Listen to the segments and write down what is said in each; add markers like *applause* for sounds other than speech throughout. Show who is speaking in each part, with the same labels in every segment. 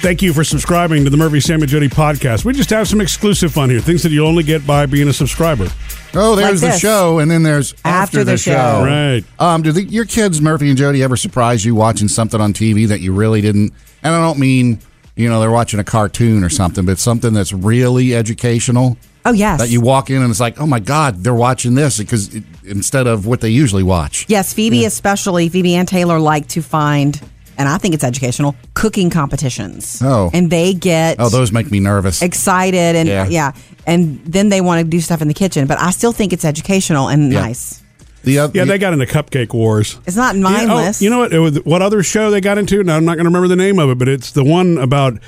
Speaker 1: Thank you for subscribing to the Murphy, Sam, and Jody podcast. We just have some exclusive fun here, things that you only get by being a subscriber.
Speaker 2: Oh, there's
Speaker 3: Like
Speaker 2: the
Speaker 3: this.
Speaker 2: show, and then there's after,
Speaker 3: After the show.
Speaker 1: Right.
Speaker 2: Um, do the, your kids, Murphy and Jody, ever surprise you watching something on TV that you really didn't? And I don't mean you know they're watching a cartoon or something, but something that's really educational
Speaker 3: Oh yes.
Speaker 2: that you walk in and it's like, oh my god, they're watching this because it, instead of what they usually watch.
Speaker 3: Yes, Phoebe especially, Phoebe and Taylor like to find, and I think it's educational, cooking competitions.
Speaker 2: Oh.
Speaker 3: And they get
Speaker 2: Oh, those make me nervous.
Speaker 3: excited and
Speaker 2: Yeah.
Speaker 3: yeah. And then they want to do stuff in the kitchen, but I still think it's educational and
Speaker 2: Yeah.
Speaker 3: nice.
Speaker 2: The oth-
Speaker 1: Yeah,
Speaker 2: the-
Speaker 1: they got into Cupcake Wars.
Speaker 3: It's not
Speaker 1: Yeah, oh,
Speaker 3: mindless.
Speaker 1: you know what? It was- what other show they got into? Now I'm not going to remember the name of it, but it's the one about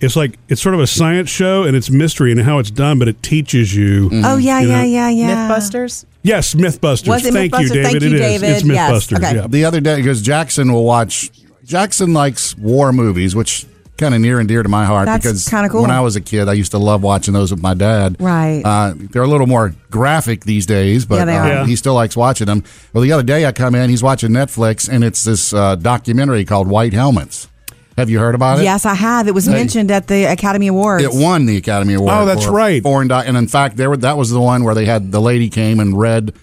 Speaker 1: it's like it's sort of a science show and it's mystery and how it's done, but it teaches you.
Speaker 3: Oh yeah,
Speaker 1: You know?
Speaker 3: yeah, yeah, yeah.
Speaker 4: Mythbusters.
Speaker 1: Yes, MythBusters.
Speaker 3: Was it
Speaker 1: Thank you,
Speaker 3: Mythbusters?
Speaker 1: David.
Speaker 3: Thank
Speaker 1: It
Speaker 3: you,
Speaker 1: is.
Speaker 3: David.
Speaker 1: It's
Speaker 3: Yes.
Speaker 1: MythBusters.
Speaker 3: Okay.
Speaker 1: Yeah.
Speaker 2: the other day because Jackson will watch. Jackson likes war movies, which kind of near and dear to my heart
Speaker 3: That's
Speaker 2: because
Speaker 3: kinda cool.
Speaker 2: when I was a kid, I used to love watching those with my dad.
Speaker 3: Right.
Speaker 2: Uh, they're a little more graphic these days, but
Speaker 3: Yeah, they
Speaker 2: um,
Speaker 3: are.
Speaker 1: Yeah.
Speaker 2: he still likes watching them. Well, the other day I come in, he's watching Netflix, and it's this uh, documentary called White Helmets. Have you heard about it?
Speaker 3: Yes, I have. It was mentioned at the Academy Awards.
Speaker 2: It won the Academy Award.
Speaker 1: Oh, that's
Speaker 2: for
Speaker 1: right.
Speaker 2: Foreign doc- and in fact, there were, that was the one where they had the lady came and read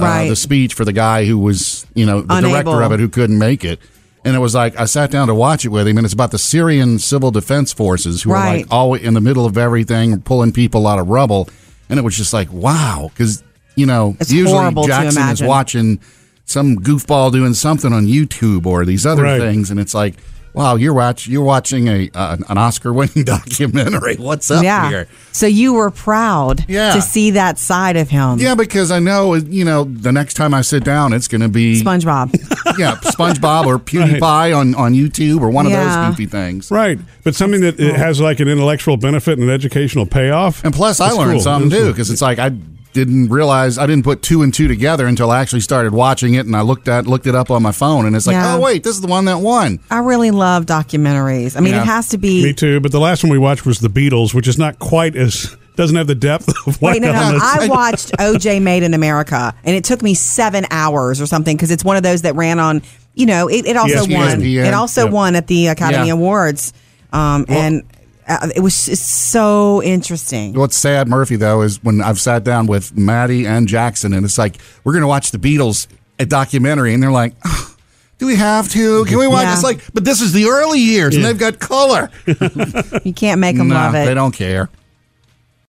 Speaker 2: uh,
Speaker 3: Right.
Speaker 2: the speech for the guy who was, you know, the director
Speaker 3: Unable.
Speaker 2: of it who couldn't make it. And it was like I sat down to watch it with him, and it's about the Syrian civil defense forces who are
Speaker 3: Right.
Speaker 2: like always in the middle of everything, pulling people out of rubble. And it was just like, wow, because you know,
Speaker 3: It's
Speaker 2: usually
Speaker 3: horrible to
Speaker 2: Jackson is
Speaker 3: imagine.
Speaker 2: watching some goofball doing something on YouTube or these other
Speaker 1: Right.
Speaker 2: things, and it's like, wow, you're watch you're watching a uh, an Oscar-winning *laughs* documentary. What's up
Speaker 3: yeah.
Speaker 2: here?
Speaker 3: So you were proud
Speaker 2: Yeah.
Speaker 3: to see that side of him.
Speaker 2: Yeah, because I know you know the next time I sit down, it's going to be
Speaker 3: SpongeBob.
Speaker 2: *laughs* yeah
Speaker 1: *laughs*
Speaker 2: SpongeBob or PewDiePie on on YouTube or one of
Speaker 3: Yeah.
Speaker 2: those goofy things.
Speaker 1: Right, but something that it has like an intellectual benefit and an educational payoff.
Speaker 2: And plus, I
Speaker 1: It's
Speaker 2: learned
Speaker 1: cool.
Speaker 2: something
Speaker 1: It's
Speaker 2: too
Speaker 1: cool.
Speaker 2: because it's like I didn't realize I didn't put two and two together until I actually started watching it and I looked at looked it up on my phone and it's like,
Speaker 3: Yeah.
Speaker 2: oh wait, this is the one that won.
Speaker 3: I really love documentaries. I mean,
Speaker 2: Yeah.
Speaker 3: it has to be.
Speaker 1: Me too. But the last one we watched was the Beatles, which is not quite as doesn't have the depth of White
Speaker 2: *laughs*
Speaker 3: Wait, no, no.
Speaker 1: Helmets.
Speaker 3: I watched OJ Made in America, and it took me seven hours or something because it's one of those that ran on. You know, it, it also
Speaker 2: E
Speaker 1: ESPN.
Speaker 3: won. It also
Speaker 1: Yep.
Speaker 3: won at the Academy
Speaker 2: Yeah.
Speaker 3: Awards, um, and uh, it was it's so interesting.
Speaker 2: What's sad, Murphy, though, is when I've sat down with Maddie and Jackson, and it's like, we're going to watch the Beatles a documentary, and they're like, "Ugh, do we have to? Can we watch?
Speaker 3: Yeah.
Speaker 2: It's like, but this is the early years, and they've got color.
Speaker 3: You can't make them
Speaker 2: no,
Speaker 3: love it.
Speaker 2: they don't care.